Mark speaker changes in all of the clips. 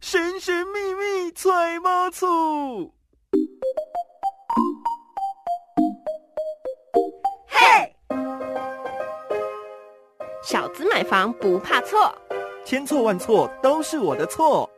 Speaker 1: 神神秘秘揣猫醋。
Speaker 2: 嘿，小资买房不怕错。
Speaker 1: 千错万错都是我的错。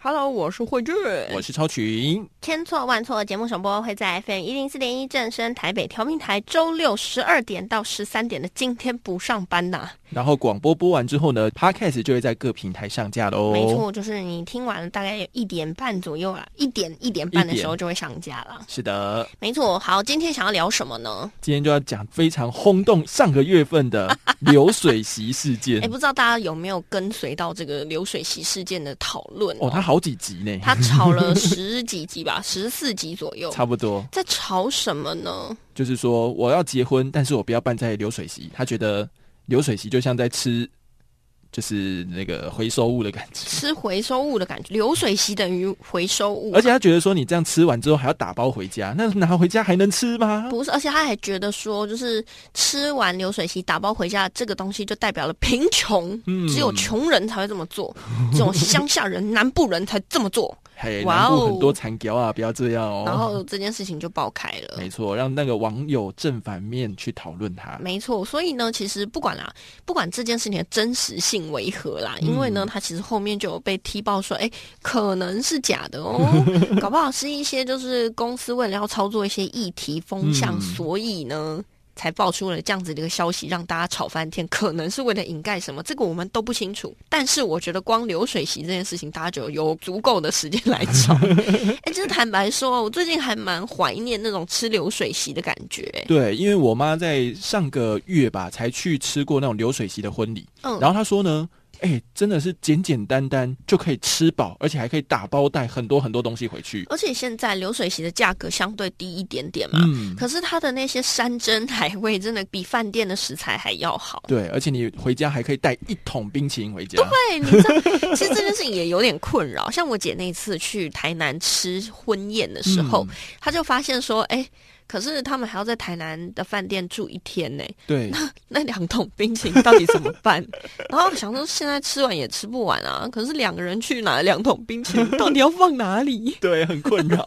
Speaker 3: Hello，我是慧俊。
Speaker 1: 我是超群，
Speaker 2: 千错万错，节目首播会在 FM 一零四点一正声台北调频台，周六十二点到十三点的今天不上班呐、
Speaker 1: 然后广播播完之后呢，Podcast 就会在各平台上架喽。
Speaker 2: 没，错，就是你听完了大概一点半左右啦，一点一点半的时候就会上架了。
Speaker 1: 是的，
Speaker 2: 没错，好，今天想要聊什么呢？
Speaker 1: 今天就要讲非常轰动上个月份的流水席事件
Speaker 2: 哎，。不知道大家有没有跟随到这个流水席事件的讨论
Speaker 1: 哦，它好几集呢，
Speaker 2: 他炒了十几集吧，十四集左右，
Speaker 1: 差不多
Speaker 2: 在炒什么呢？
Speaker 1: 就是说我要结婚，但是我不要办在流水席。他觉得流水席就像在吃，就是那个回收物的感觉。
Speaker 2: 吃回收物的感觉，流水席等于回收物嘛，
Speaker 1: 而且他觉得说你这样吃完之后还要打包回家，那拿回家还能吃吗？
Speaker 2: 不是，而且他还觉得说，就是吃完流水席打包回家这个东西，就代表了贫穷，
Speaker 1: 嗯
Speaker 2: 只有穷人才会这么做，只有乡下人、南部人才这么做。
Speaker 1: 嘿，
Speaker 2: 哇
Speaker 1: 南
Speaker 2: 哦
Speaker 1: 部很多残雕啊，不要这样
Speaker 2: 然
Speaker 1: 哦。
Speaker 2: 后呃这件事情就爆开了。
Speaker 1: 没错，让那个网友正反面去讨论他。
Speaker 2: 没错，所以呢，其实不管啦，不管这件事情的真实性为何啦，因为呢，他其实后面就有被踢爆说，哎，可能是假的哦，搞不好是一些就是公司为了要操作一些议题风向，
Speaker 1: 嗯
Speaker 2: 所以呢。才爆出了这样子的一个消息，让大家吵翻天，可能是为了掩盖什么，这个我们都不清楚。但是我觉得光流水席这件事情，大家就有足够的时间来吵。哎，真的坦白说，我最近还蛮怀念那种吃流水席的感觉。
Speaker 1: 对，因为我妈在上个月吧才去吃过那种流水席的婚礼，
Speaker 2: 嗯，
Speaker 1: 然后她说呢，哎、真的是简简单单就可以吃饱，而且还可以打包带很多很多东西回去。
Speaker 2: 而且现在流水席的价格相对低一点点嘛，
Speaker 1: 嗯，
Speaker 2: 可是它的那些山珍海味真的比饭店的食材还要好。
Speaker 1: 对，而且你回家还可以带一桶冰淇淋回家。
Speaker 2: 对，你 知道，其实这件事情也有点困扰。像我姐那次去台南吃婚宴的时候，
Speaker 1: 嗯
Speaker 2: 她就发现说，哎、可是他们还要在台南的饭店住一天呢，
Speaker 1: 对，
Speaker 2: 那两桶冰淇淋到底怎么 办？然后想说现在吃完也吃不完啊，可是两个人去哪两桶冰淇淋到底要放哪里？
Speaker 1: 对，很困 扰。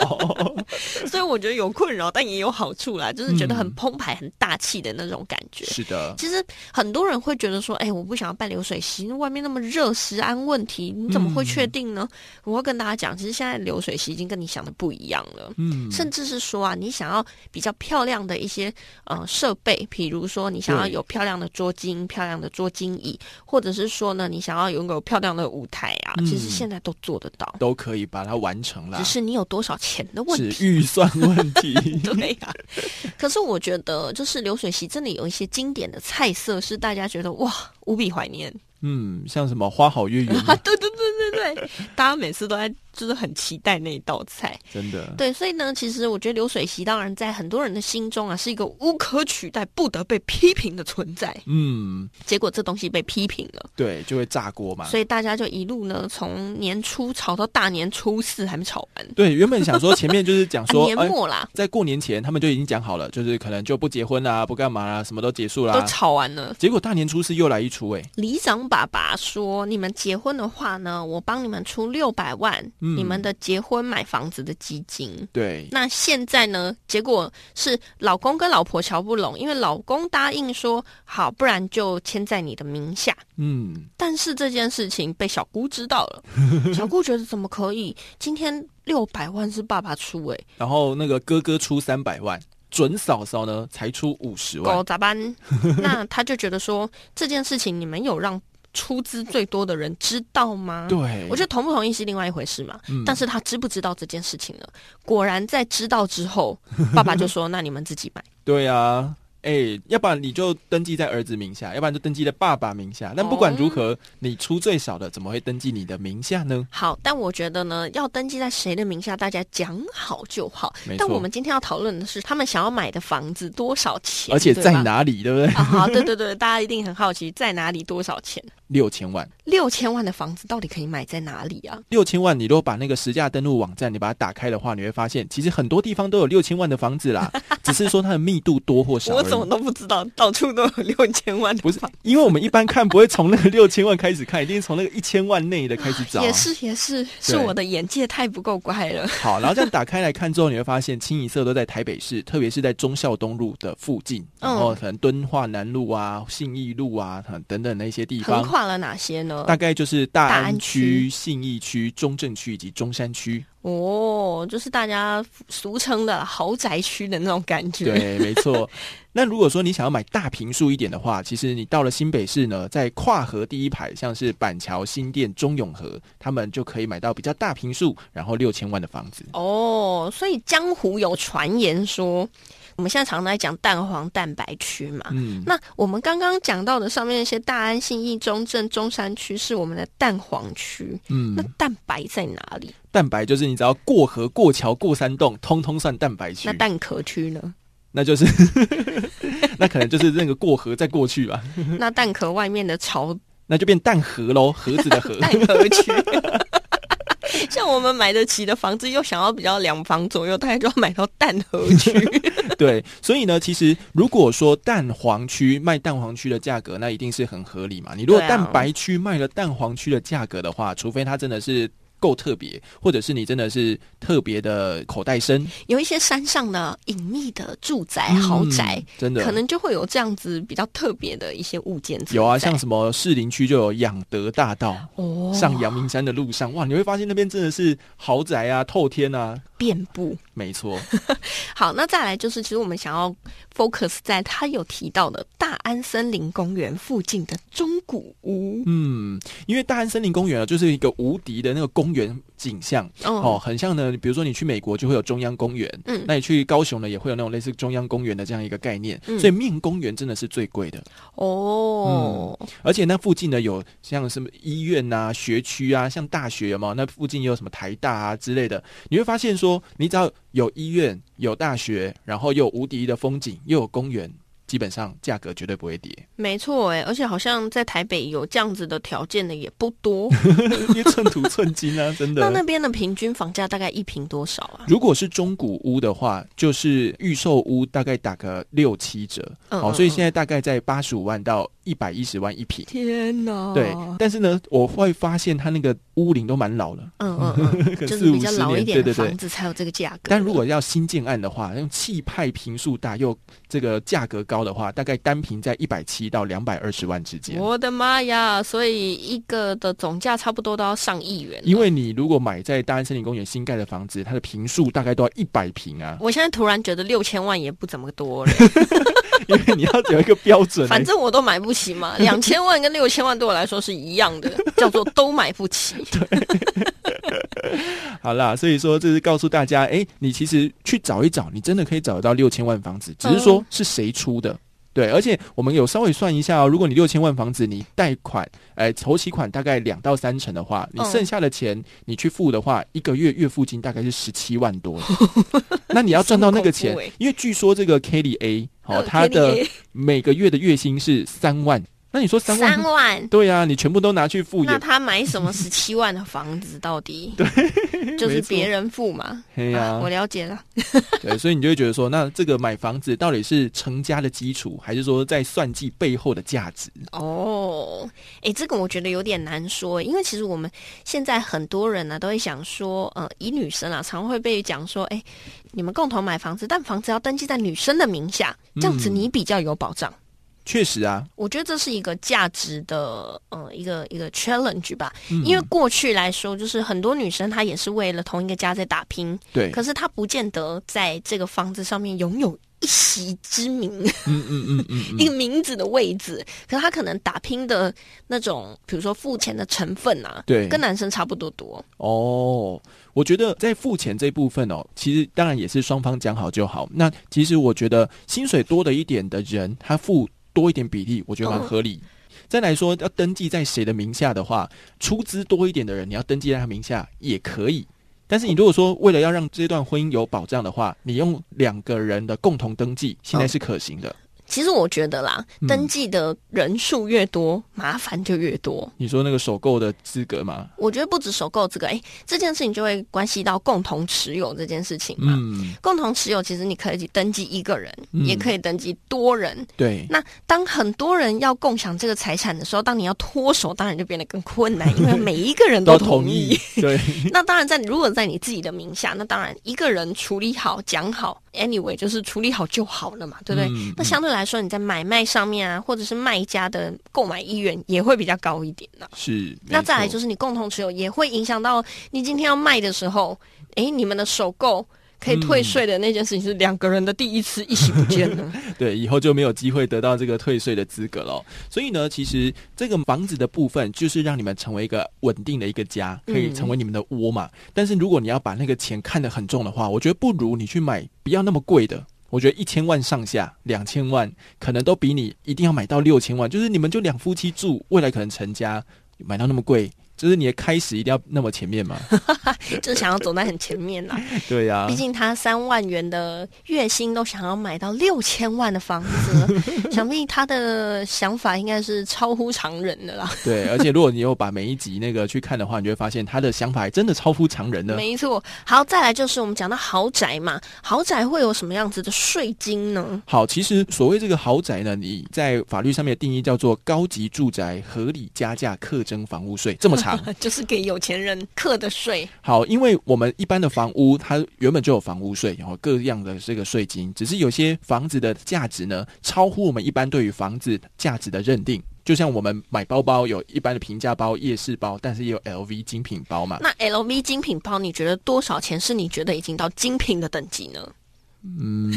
Speaker 2: 所以我觉得有困扰，但也有好处啦，就是觉得很
Speaker 1: 嗯
Speaker 2: 澎湃、很大气的那种感觉。
Speaker 1: 是的，
Speaker 2: 其实很多人会觉得说，哎、我不想要办流水席，外面那么热，食安问题，你怎么会
Speaker 1: 嗯
Speaker 2: 确定呢？我会跟大家讲，其实现在流水席已经跟你想的不一样了。
Speaker 1: 嗯，
Speaker 2: 甚至是说啊，你想要比较漂亮的一些呃设备，比如说你想要
Speaker 1: 对
Speaker 2: 有漂亮的桌巾、漂亮的桌巾椅，或者是说呢，你想要拥有漂亮的舞台啊，其实
Speaker 1: 嗯
Speaker 2: 现在都做得到，
Speaker 1: 都可以把它完成啦
Speaker 2: 只。是你有多少钱的问题。。
Speaker 1: 是预算问题
Speaker 2: 对呀、可是我觉得，就是流水席真的有一些经典的菜色是大家觉得哇无比怀念
Speaker 1: 嗯，像什么花好月圆，
Speaker 2: 啊！ 对对对对对，大家每次都在就是很期待那一道菜。
Speaker 1: 真的。
Speaker 2: 对，所以呢，其实我觉得流水席当然在很多人的心中啊是一个无可取代、不得被批评的存在。
Speaker 1: 嗯，
Speaker 2: 结果这东西被批评了，
Speaker 1: 对，就会炸锅嘛。
Speaker 2: 所以大家就一路呢从年初炒到大年初四还没炒完，啊
Speaker 1: 对，原本想说前面就是讲说，
Speaker 2: 年
Speaker 1: 哎，
Speaker 2: 末啦。
Speaker 1: 在过年前他们就已经讲好了，就是可能就不结婚啦，不干嘛啦，什么都结束
Speaker 2: 都
Speaker 1: 啦。
Speaker 2: 炒完了，
Speaker 1: 结果大年初四又来一出、哎，
Speaker 2: 里长爸爸说：“你们结婚的话呢，我帮你们出六百万，
Speaker 1: 嗯
Speaker 2: 你们的结婚买房子的基金。”
Speaker 1: 对，
Speaker 2: 那现在呢？结果是老公跟老婆瞧不拢，因为老公答应说好，不然就签在你的名下。
Speaker 1: 嗯，
Speaker 2: 但是这件事情被小姑知道 了，小姑觉得怎么可以？今天六百万是爸爸出、欸，
Speaker 1: 然后那个哥哥出三百万，准嫂嫂呢才出五十万
Speaker 2: 狗，咋办？那他就觉得说这件事情你们有让出资最多的人知道吗？
Speaker 1: 对，
Speaker 2: 我觉得同不同意是另外一回事嘛。
Speaker 1: 嗯
Speaker 2: 但是他知不知道这件事情呢？果然在知道 之后，爸爸就说：“那你们自己买。
Speaker 1: 对啊。哎、要不然你就登记在儿子名下，要不然就登记在爸爸名下。但不管如
Speaker 2: 哦
Speaker 1: 何，你出最少的，怎么会登记你的名下呢”？
Speaker 2: 好，但我觉得呢，要登记在谁的名下，大家讲好就好
Speaker 1: 没。错
Speaker 2: 但我们今天要讨论的是，他们想要买的房子多少钱，
Speaker 1: 而且
Speaker 2: 对
Speaker 1: 在
Speaker 2: 吧？
Speaker 1: 哪里，对不对？
Speaker 2: 啊，好，对对对，大家一定很好奇，在哪里多少钱？
Speaker 1: 六千万。
Speaker 2: 六千万的房子到底可以买在哪里啊？
Speaker 1: 六千万，你如果把那个实价登录网站你把它打开的话，你会发现其实很多地方都有六千万的房子 啦，只是说它的密度多或少而
Speaker 2: 我
Speaker 1: 已。
Speaker 2: 怎么都不知道，到处都有 六千万的
Speaker 1: 不是，因为我们一般看不会从那个六千万开始看，一定是从那个一千万内的开始找、啊。
Speaker 2: 也是也是，是我的眼界太不够乖了。
Speaker 1: 好，然后这样打开来看之后，你会发现清一色都在台北市，特别是在忠孝东路的附近，
Speaker 2: 嗯
Speaker 1: 然后可能敦化南路啊、信义路啊呃等等那些地
Speaker 2: 横
Speaker 1: 方，
Speaker 2: 跨了哪些呢？
Speaker 1: 大概就是大
Speaker 2: 大
Speaker 1: 安
Speaker 2: 安
Speaker 1: 区、
Speaker 2: 区
Speaker 1: 信义区、中正区以及中山 区。
Speaker 2: 哦，就是大家俗称的豪宅区的那种感觉。
Speaker 1: 对，没 错。那如果说你想要买大平数一点的话，其实你到了新北市呢，在跨河第一排，像是板桥、新店、中永和，他们就可以买到比较大平数，然后六千万的房子。
Speaker 2: 哦，所以江湖有传言说，我们现在常常在讲蛋黄蛋白区嘛。
Speaker 1: 嗯，
Speaker 2: 那我们刚刚讲到的上面那些大安、信义、中正、中山区是我们的蛋黄区，那
Speaker 1: 嗯，
Speaker 2: 蛋白在哪里？
Speaker 1: 蛋白就是你只要过河、过桥、过山洞，通通算蛋白区
Speaker 2: 那。蛋壳区呢？
Speaker 1: 那就是， 那可能就是那个过河再过去吧，
Speaker 2: 那蛋壳外面的潮
Speaker 1: 那就变蛋河喽，盒子的盒。
Speaker 2: 蛋壳区。 像我们买得起的房子，又想要比较两房左右，大概就要买到蛋壳 区。
Speaker 1: 对，所以呢，其实如果说蛋黄区卖蛋黄区的价格，那一定是很合理嘛。你如果
Speaker 2: 对啊
Speaker 1: 蛋白区卖了蛋黄区的价格的话，除非它真的是。够特别，或者是你真的是特别的口袋深
Speaker 2: 有一些山上的隐秘的住宅、哎豪宅
Speaker 1: 嗯，真的
Speaker 2: 可能就会有这样子比较特别的一些物件存在。
Speaker 1: 有啊，像什么士林区就有养德大道，
Speaker 2: 哦，
Speaker 1: 上阳明山的路上，哇，你会发现那边真的是豪宅啊，透天啊，
Speaker 2: 遍布。
Speaker 1: 没 错，
Speaker 2: 好，那再来就是，其实我们想要 focus 在他有提到的大安森林公园附近的中古屋。
Speaker 1: 嗯，因为大安森林公园啊，就是一个无敌的那个公园景象，哦，
Speaker 2: 哦，
Speaker 1: 很像呢。比如说你去美国就会有中央公园，
Speaker 2: 嗯
Speaker 1: 那你去高雄呢也会有那种类似中央公园的这样一个概念，
Speaker 2: 嗯
Speaker 1: 所以面公园真的是最贵的。
Speaker 2: 哦，
Speaker 1: 而且那附近呢有像什么医院啊、学区啊，像大学有没有？那附近也有什么台大啊之类的，你会发现说，你只要有医院、有大学，然后又有无敌的风景，又有公园，基本上价格绝对不会 跌，
Speaker 2: 没错，哎，而且好像在台北有这样子的条件的也不 多。
Speaker 1: 因为寸土寸金啊，真的。
Speaker 2: 那那边的平均房价大概一平多少啊？
Speaker 1: 如果是中古屋的话，就是预售屋大概打个六七折，
Speaker 2: 嗯
Speaker 1: 好、
Speaker 2: 嗯
Speaker 1: 哦所以
Speaker 2: 嗯
Speaker 1: 现在大概在八十五万到一百一十万一平。
Speaker 2: 天哪！
Speaker 1: 对，但是呢，我会发现它那个屋龄都蛮老了，
Speaker 2: 嗯嗯 嗯，
Speaker 1: 可能
Speaker 2: 就
Speaker 1: 四
Speaker 2: 是
Speaker 1: 五
Speaker 2: 比较
Speaker 1: 十
Speaker 2: 老一
Speaker 1: 年，
Speaker 2: 点
Speaker 1: 对对
Speaker 2: 的房
Speaker 1: 对。
Speaker 2: 子才有这个价格。
Speaker 1: 但如果要新建案的话，用气派平数大又这个价格高的话，大概单平在一百七到两百二十万之间。
Speaker 2: 我的妈呀！所以一个的总价差不多都要上亿元了。，
Speaker 1: 因为你如果买在大安森林公园新盖的房子，它的平数大概都要一百平啊
Speaker 2: 我现在突然觉得六千万也不怎么多了，
Speaker 1: 因为你要有一个标准来
Speaker 2: 反正我都买不起嘛。两千万跟六千万对我来说是一样 的，叫做都买不起。
Speaker 1: 好啦，所以说这是告诉大家，哎、你其实去找一找，你真的可以找得到六千万房子，只是说
Speaker 2: 嗯
Speaker 1: 是谁出的。对，而且我们有稍微算一下哦，如果你六千万房子，你贷款，哎，筹期款大概两到三成的话，你
Speaker 2: 嗯
Speaker 1: 剩下的钱你去付的话，一个月月付金大概是十七万 多。那你要赚到那个
Speaker 2: 这么
Speaker 1: 钱
Speaker 2: 恐怖欸，
Speaker 1: 因为据说这个 Kelly A 哦，
Speaker 2: 嗯
Speaker 1: 他
Speaker 2: KDA
Speaker 1: 的每个月的月薪是三万，那你说三万？
Speaker 2: 三万，
Speaker 1: 对啊，你全部都拿去付
Speaker 2: 那
Speaker 1: 也，
Speaker 2: 他买什么十七万的房子？到 底就是
Speaker 1: 没错
Speaker 2: 别人付嘛？啊
Speaker 1: 嘿呀、
Speaker 2: 我了解了。
Speaker 1: 对，所以你就会觉得说，那这个买房子到底是成家的基础，还是说在算计背后的价值？
Speaker 2: 哦，哎，这个我觉得有点难说，因为其实我们现在很多人呢、都会想说，呃，以女生啊，常会被讲说，哎，你们共同买房子，但房子要登记在女生的名下，这样子
Speaker 1: 嗯
Speaker 2: 你比较有保障。
Speaker 1: 确实啊，
Speaker 2: 我觉得这是一个价值的呃一个一个 challenge 吧，
Speaker 1: 嗯
Speaker 2: 因为过去来说，就是很多女生她也是为了同一个家在打拼，
Speaker 1: 对，
Speaker 2: 可是她不见得在这个房子上面拥有。一席之名，
Speaker 1: 嗯嗯嗯嗯嗯，
Speaker 2: 一个名字的位置，可是她可能打拼的那种，比如说付钱的成分啊，
Speaker 1: 对
Speaker 2: 跟男生差不多多。
Speaker 1: 哦，我觉得在付钱这部分哦，其实当然也是双方讲好就好。那其实我觉得薪水多的一点的人，他付多一点比例，我觉得
Speaker 2: 嗯
Speaker 1: 蛮合理。再来说，要登记在谁的名下的话，出资多一点的人，你要登记在他名下也可以。但是你如果说为了要让这段婚姻有保障的话，你用两个人的共同登记，现在是可行的。
Speaker 2: 其实我觉得啦，
Speaker 1: 嗯
Speaker 2: 登记的人数越多，麻烦就越多。
Speaker 1: 你说那个首购的资格嘛？
Speaker 2: 我觉得不止首购这个，哎，这件事情就会关系到共同持有这件事情嘛。
Speaker 1: 嗯，
Speaker 2: 共同持有其实你可以登记一个人，
Speaker 1: 嗯
Speaker 2: 也可以登记多人。
Speaker 1: 对，
Speaker 2: 那当很多人要共享这个财产的时候，当你要脱手，当然就变得更困难，因为每一个人嗯都
Speaker 1: 都
Speaker 2: 同
Speaker 1: 同意。 对，
Speaker 2: 那当然在，如果在你自己的名下，那当然一个人处理好、讲好，anyway 就是处理好就好了嘛，对不对？
Speaker 1: 嗯
Speaker 2: 那相对来说，你在买卖上面啊，或者是卖家的购买意愿也会比较高一点呢、
Speaker 1: 嗯是。，
Speaker 2: 那再来就是是你共同持有，也会影响到你今天要卖的时候，诶，你们的首购可以退税的那件事情是两个人的第一次一起不见了。
Speaker 1: 对，以后就没有机会得到这个退税的资格了。所以呢，其实这个房子的部分就是让你们成为一个稳定的一个家，可以
Speaker 2: 嗯
Speaker 1: 成为你们的窝嘛。但是如果你要把那个钱看得很重的话，我觉得不如你去买不要那么贵的。我觉得一千万上下，两千万可能都比你一定要买到六千万，就是你们就两夫妻住，未来可能成家，买到那么贵，就是你的开始一定要那么前 面嘛。
Speaker 2: 就想要走在很前面啦。
Speaker 1: 对呀、
Speaker 2: 毕竟他三万元的月薪都想要买到六千万的 房子，想必他的想法应该是超乎常人的啦。
Speaker 1: 对，而且如果你有把每一集那个去看的话，你就会发现他的想法还真的超乎常人的。
Speaker 2: 没错，好，再来就是我们讲到豪宅嘛，豪宅会有什么样子的税金呢？
Speaker 1: 好，其实所谓这个豪宅呢，你在法律上面的定义叫做高级住宅合理加价课征房屋税，这么长。
Speaker 2: 就是给有钱人课的税。
Speaker 1: 好，因为我们一般的房屋它原本就有房屋税，然后各样的这个税金，只是有些房子的价值呢，超乎我们一般对于房子价值的认定。就像我们买包包有一般的平价包、夜市包，但是也有 LV 精品包嘛。
Speaker 2: 那 LV 精品包，你觉得多少钱是你觉得已经到精品的等级呢？
Speaker 1: 嗯，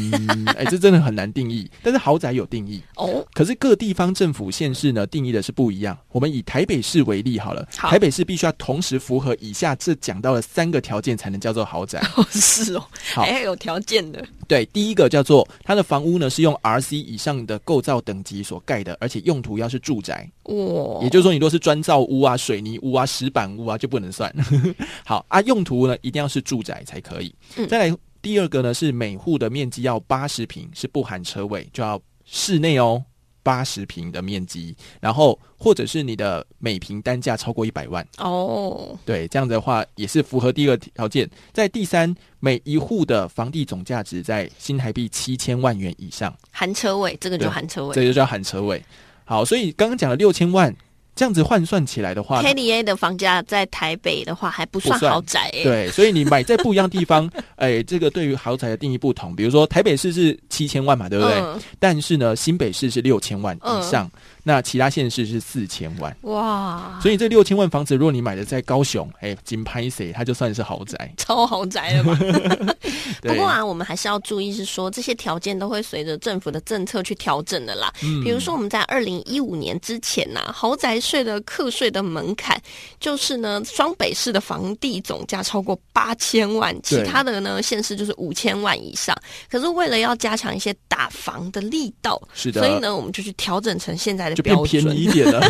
Speaker 1: 哎、这真的很难定义。但是豪宅有定义，
Speaker 2: 哦，
Speaker 1: 可是各地方政府县市呢定义的是不一样。我们以台北市为例好了，
Speaker 2: 好
Speaker 1: 台北市必须要同时符合以下这讲到的三个条件才能叫做豪宅。
Speaker 2: 是 哦，
Speaker 1: 好
Speaker 2: 还要有条件的。
Speaker 1: 对，第一个叫做它的房屋呢是用 RC 以上的构造等级所盖的，而且用途要是住宅，
Speaker 2: 哇，
Speaker 1: 也就是说你如果是砖造屋啊、水泥屋啊、石板屋啊就不能算。 好啊，用途呢一定要是住宅才可以。
Speaker 2: 嗯
Speaker 1: 再来第二个呢是每户的面积要八十平，是不含车位，就要室内哦。八十平的面积，然后或者是你的每平单价超过一百万，
Speaker 2: 哦，
Speaker 1: 对，这样子的话也是符合第二条件。在第三，每一户的房地总价值在新台币七千万元以上，
Speaker 2: 含车位，这个就
Speaker 1: 对啊
Speaker 2: 含车位。
Speaker 1: 这就叫含车位。好，所以刚刚讲的六千万，这样子换算起来的话，
Speaker 2: KDA 的房价在台北的话还不算
Speaker 1: 不算
Speaker 2: 豪宅、欸，，
Speaker 1: 对，所以你买在不一样地方， 哎，这个对于豪宅的定义不同。比如说台北市是七千万嘛，对不对？
Speaker 2: 嗯，
Speaker 1: 但是呢，新北市是六千万以上，那其他县市是四千万。
Speaker 2: 哇，
Speaker 1: 所以这六千万房子，如果你买的在高雄，哎，金拍谁，它就算是豪宅。
Speaker 2: 超豪宅了吧？
Speaker 1: 对
Speaker 2: 不过，啊，我们还是要注意，是说这些条件都会随着政府的政策去调整的啦。
Speaker 1: 嗯
Speaker 2: 比如说我们在二零一五年之前呐、豪宅税的课税的门槛就是呢，双北市的房地总价超过八千万，其
Speaker 1: 对
Speaker 2: 他的呢县市就是五千万以上。可是为了要加强一些打房的力道，
Speaker 1: 嗯是的，
Speaker 2: 所以呢，我们就去调整成现在的
Speaker 1: 就变
Speaker 2: 标
Speaker 1: 便
Speaker 2: 准
Speaker 1: 宜。一点了。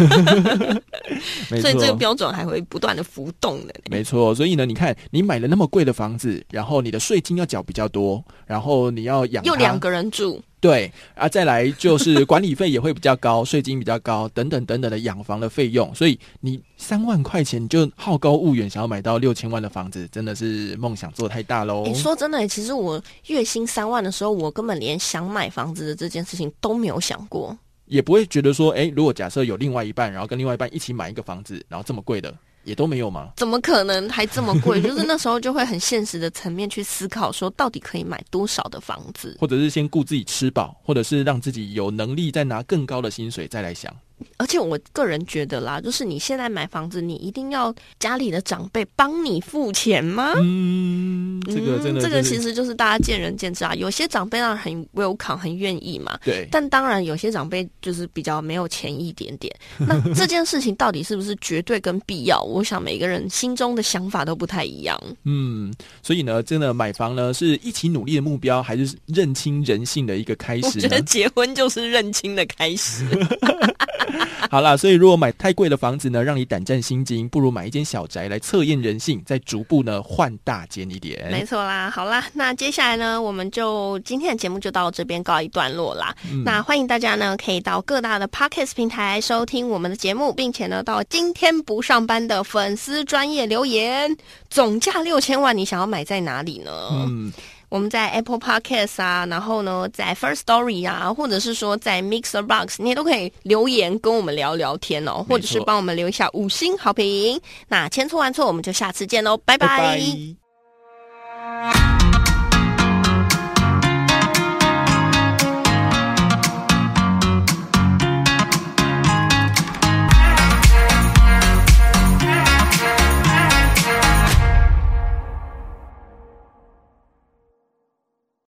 Speaker 1: 没
Speaker 2: 所以这个
Speaker 1: 错，
Speaker 2: 标准还会不断的浮动的呢。
Speaker 1: 没错。所以呢，你看，你买了那么贵的房子，然后你的税金要缴比较多，然后你要养
Speaker 2: 又
Speaker 1: 它
Speaker 2: 两个人住，
Speaker 1: 对啊，再来就是管理费也会比较高，税金比较高，等等等等的养房的费用。所以你三万块钱你就好高骛远，想要买到六千万的房子，真的是梦想做太大喽
Speaker 2: 你、。说真的，其实我月薪三万的时候，我根本连想买房子的这件事情都没有想过。
Speaker 1: 也不会觉得说，哎，如果假设有另外一半，然后跟另外一半一起买一个房子，然后这么贵的也都没有吗？
Speaker 2: 怎么可能还这么 贵？就是那时候就会很现实的层面去思考，说到底可以买多少的房子？
Speaker 1: 或者是先顾自己吃饱，或者是让自己有能力再拿更高的薪水再来想。
Speaker 2: 而且我个人觉得啦，就是你现在买房子，你一定要家里的长辈帮你付钱吗？
Speaker 1: 嗯，这个真的、
Speaker 2: 嗯这个其
Speaker 1: 实
Speaker 2: 实就是大家见仁见智啊。有些长辈当然很 welcome，很愿意嘛。
Speaker 1: 对。
Speaker 2: 但当然，有些长辈就是比较没有钱一点点。那这件事情到底是不是绝对跟必要？我想每个人心中的想法都不太一样。
Speaker 1: 嗯，所以呢，真的买房呢是一起努力的目标，还是认清人性的一个开
Speaker 2: 我
Speaker 1: 始
Speaker 2: 觉
Speaker 1: 呢
Speaker 2: 得？结婚就是认清的开始。
Speaker 1: 好啦，所以如果买太贵的房子呢，让你胆战心惊，不如买一间小宅来测验人性，再逐步呢换大间一
Speaker 2: 没
Speaker 1: 点。
Speaker 2: 错啦，好啦，那接下来呢，我们就今天的节目就到这边告一段落啦。那欢迎大家呢，可以到各大的 podcast 平台收听我们的节目，并且呢，到今天不上班的粉丝专业留言，总价六千万，你想要买在哪里呢？
Speaker 1: 嗯，
Speaker 2: 我们在 Apple Podcast 啊，然后呢，在 First Story 啊，或者是说在 Mixer Box，你也都可以留言跟我们聊聊天哦，或者是帮我们留一下五星好评。那千错万错，我们就下次见喽，拜
Speaker 1: 拜拜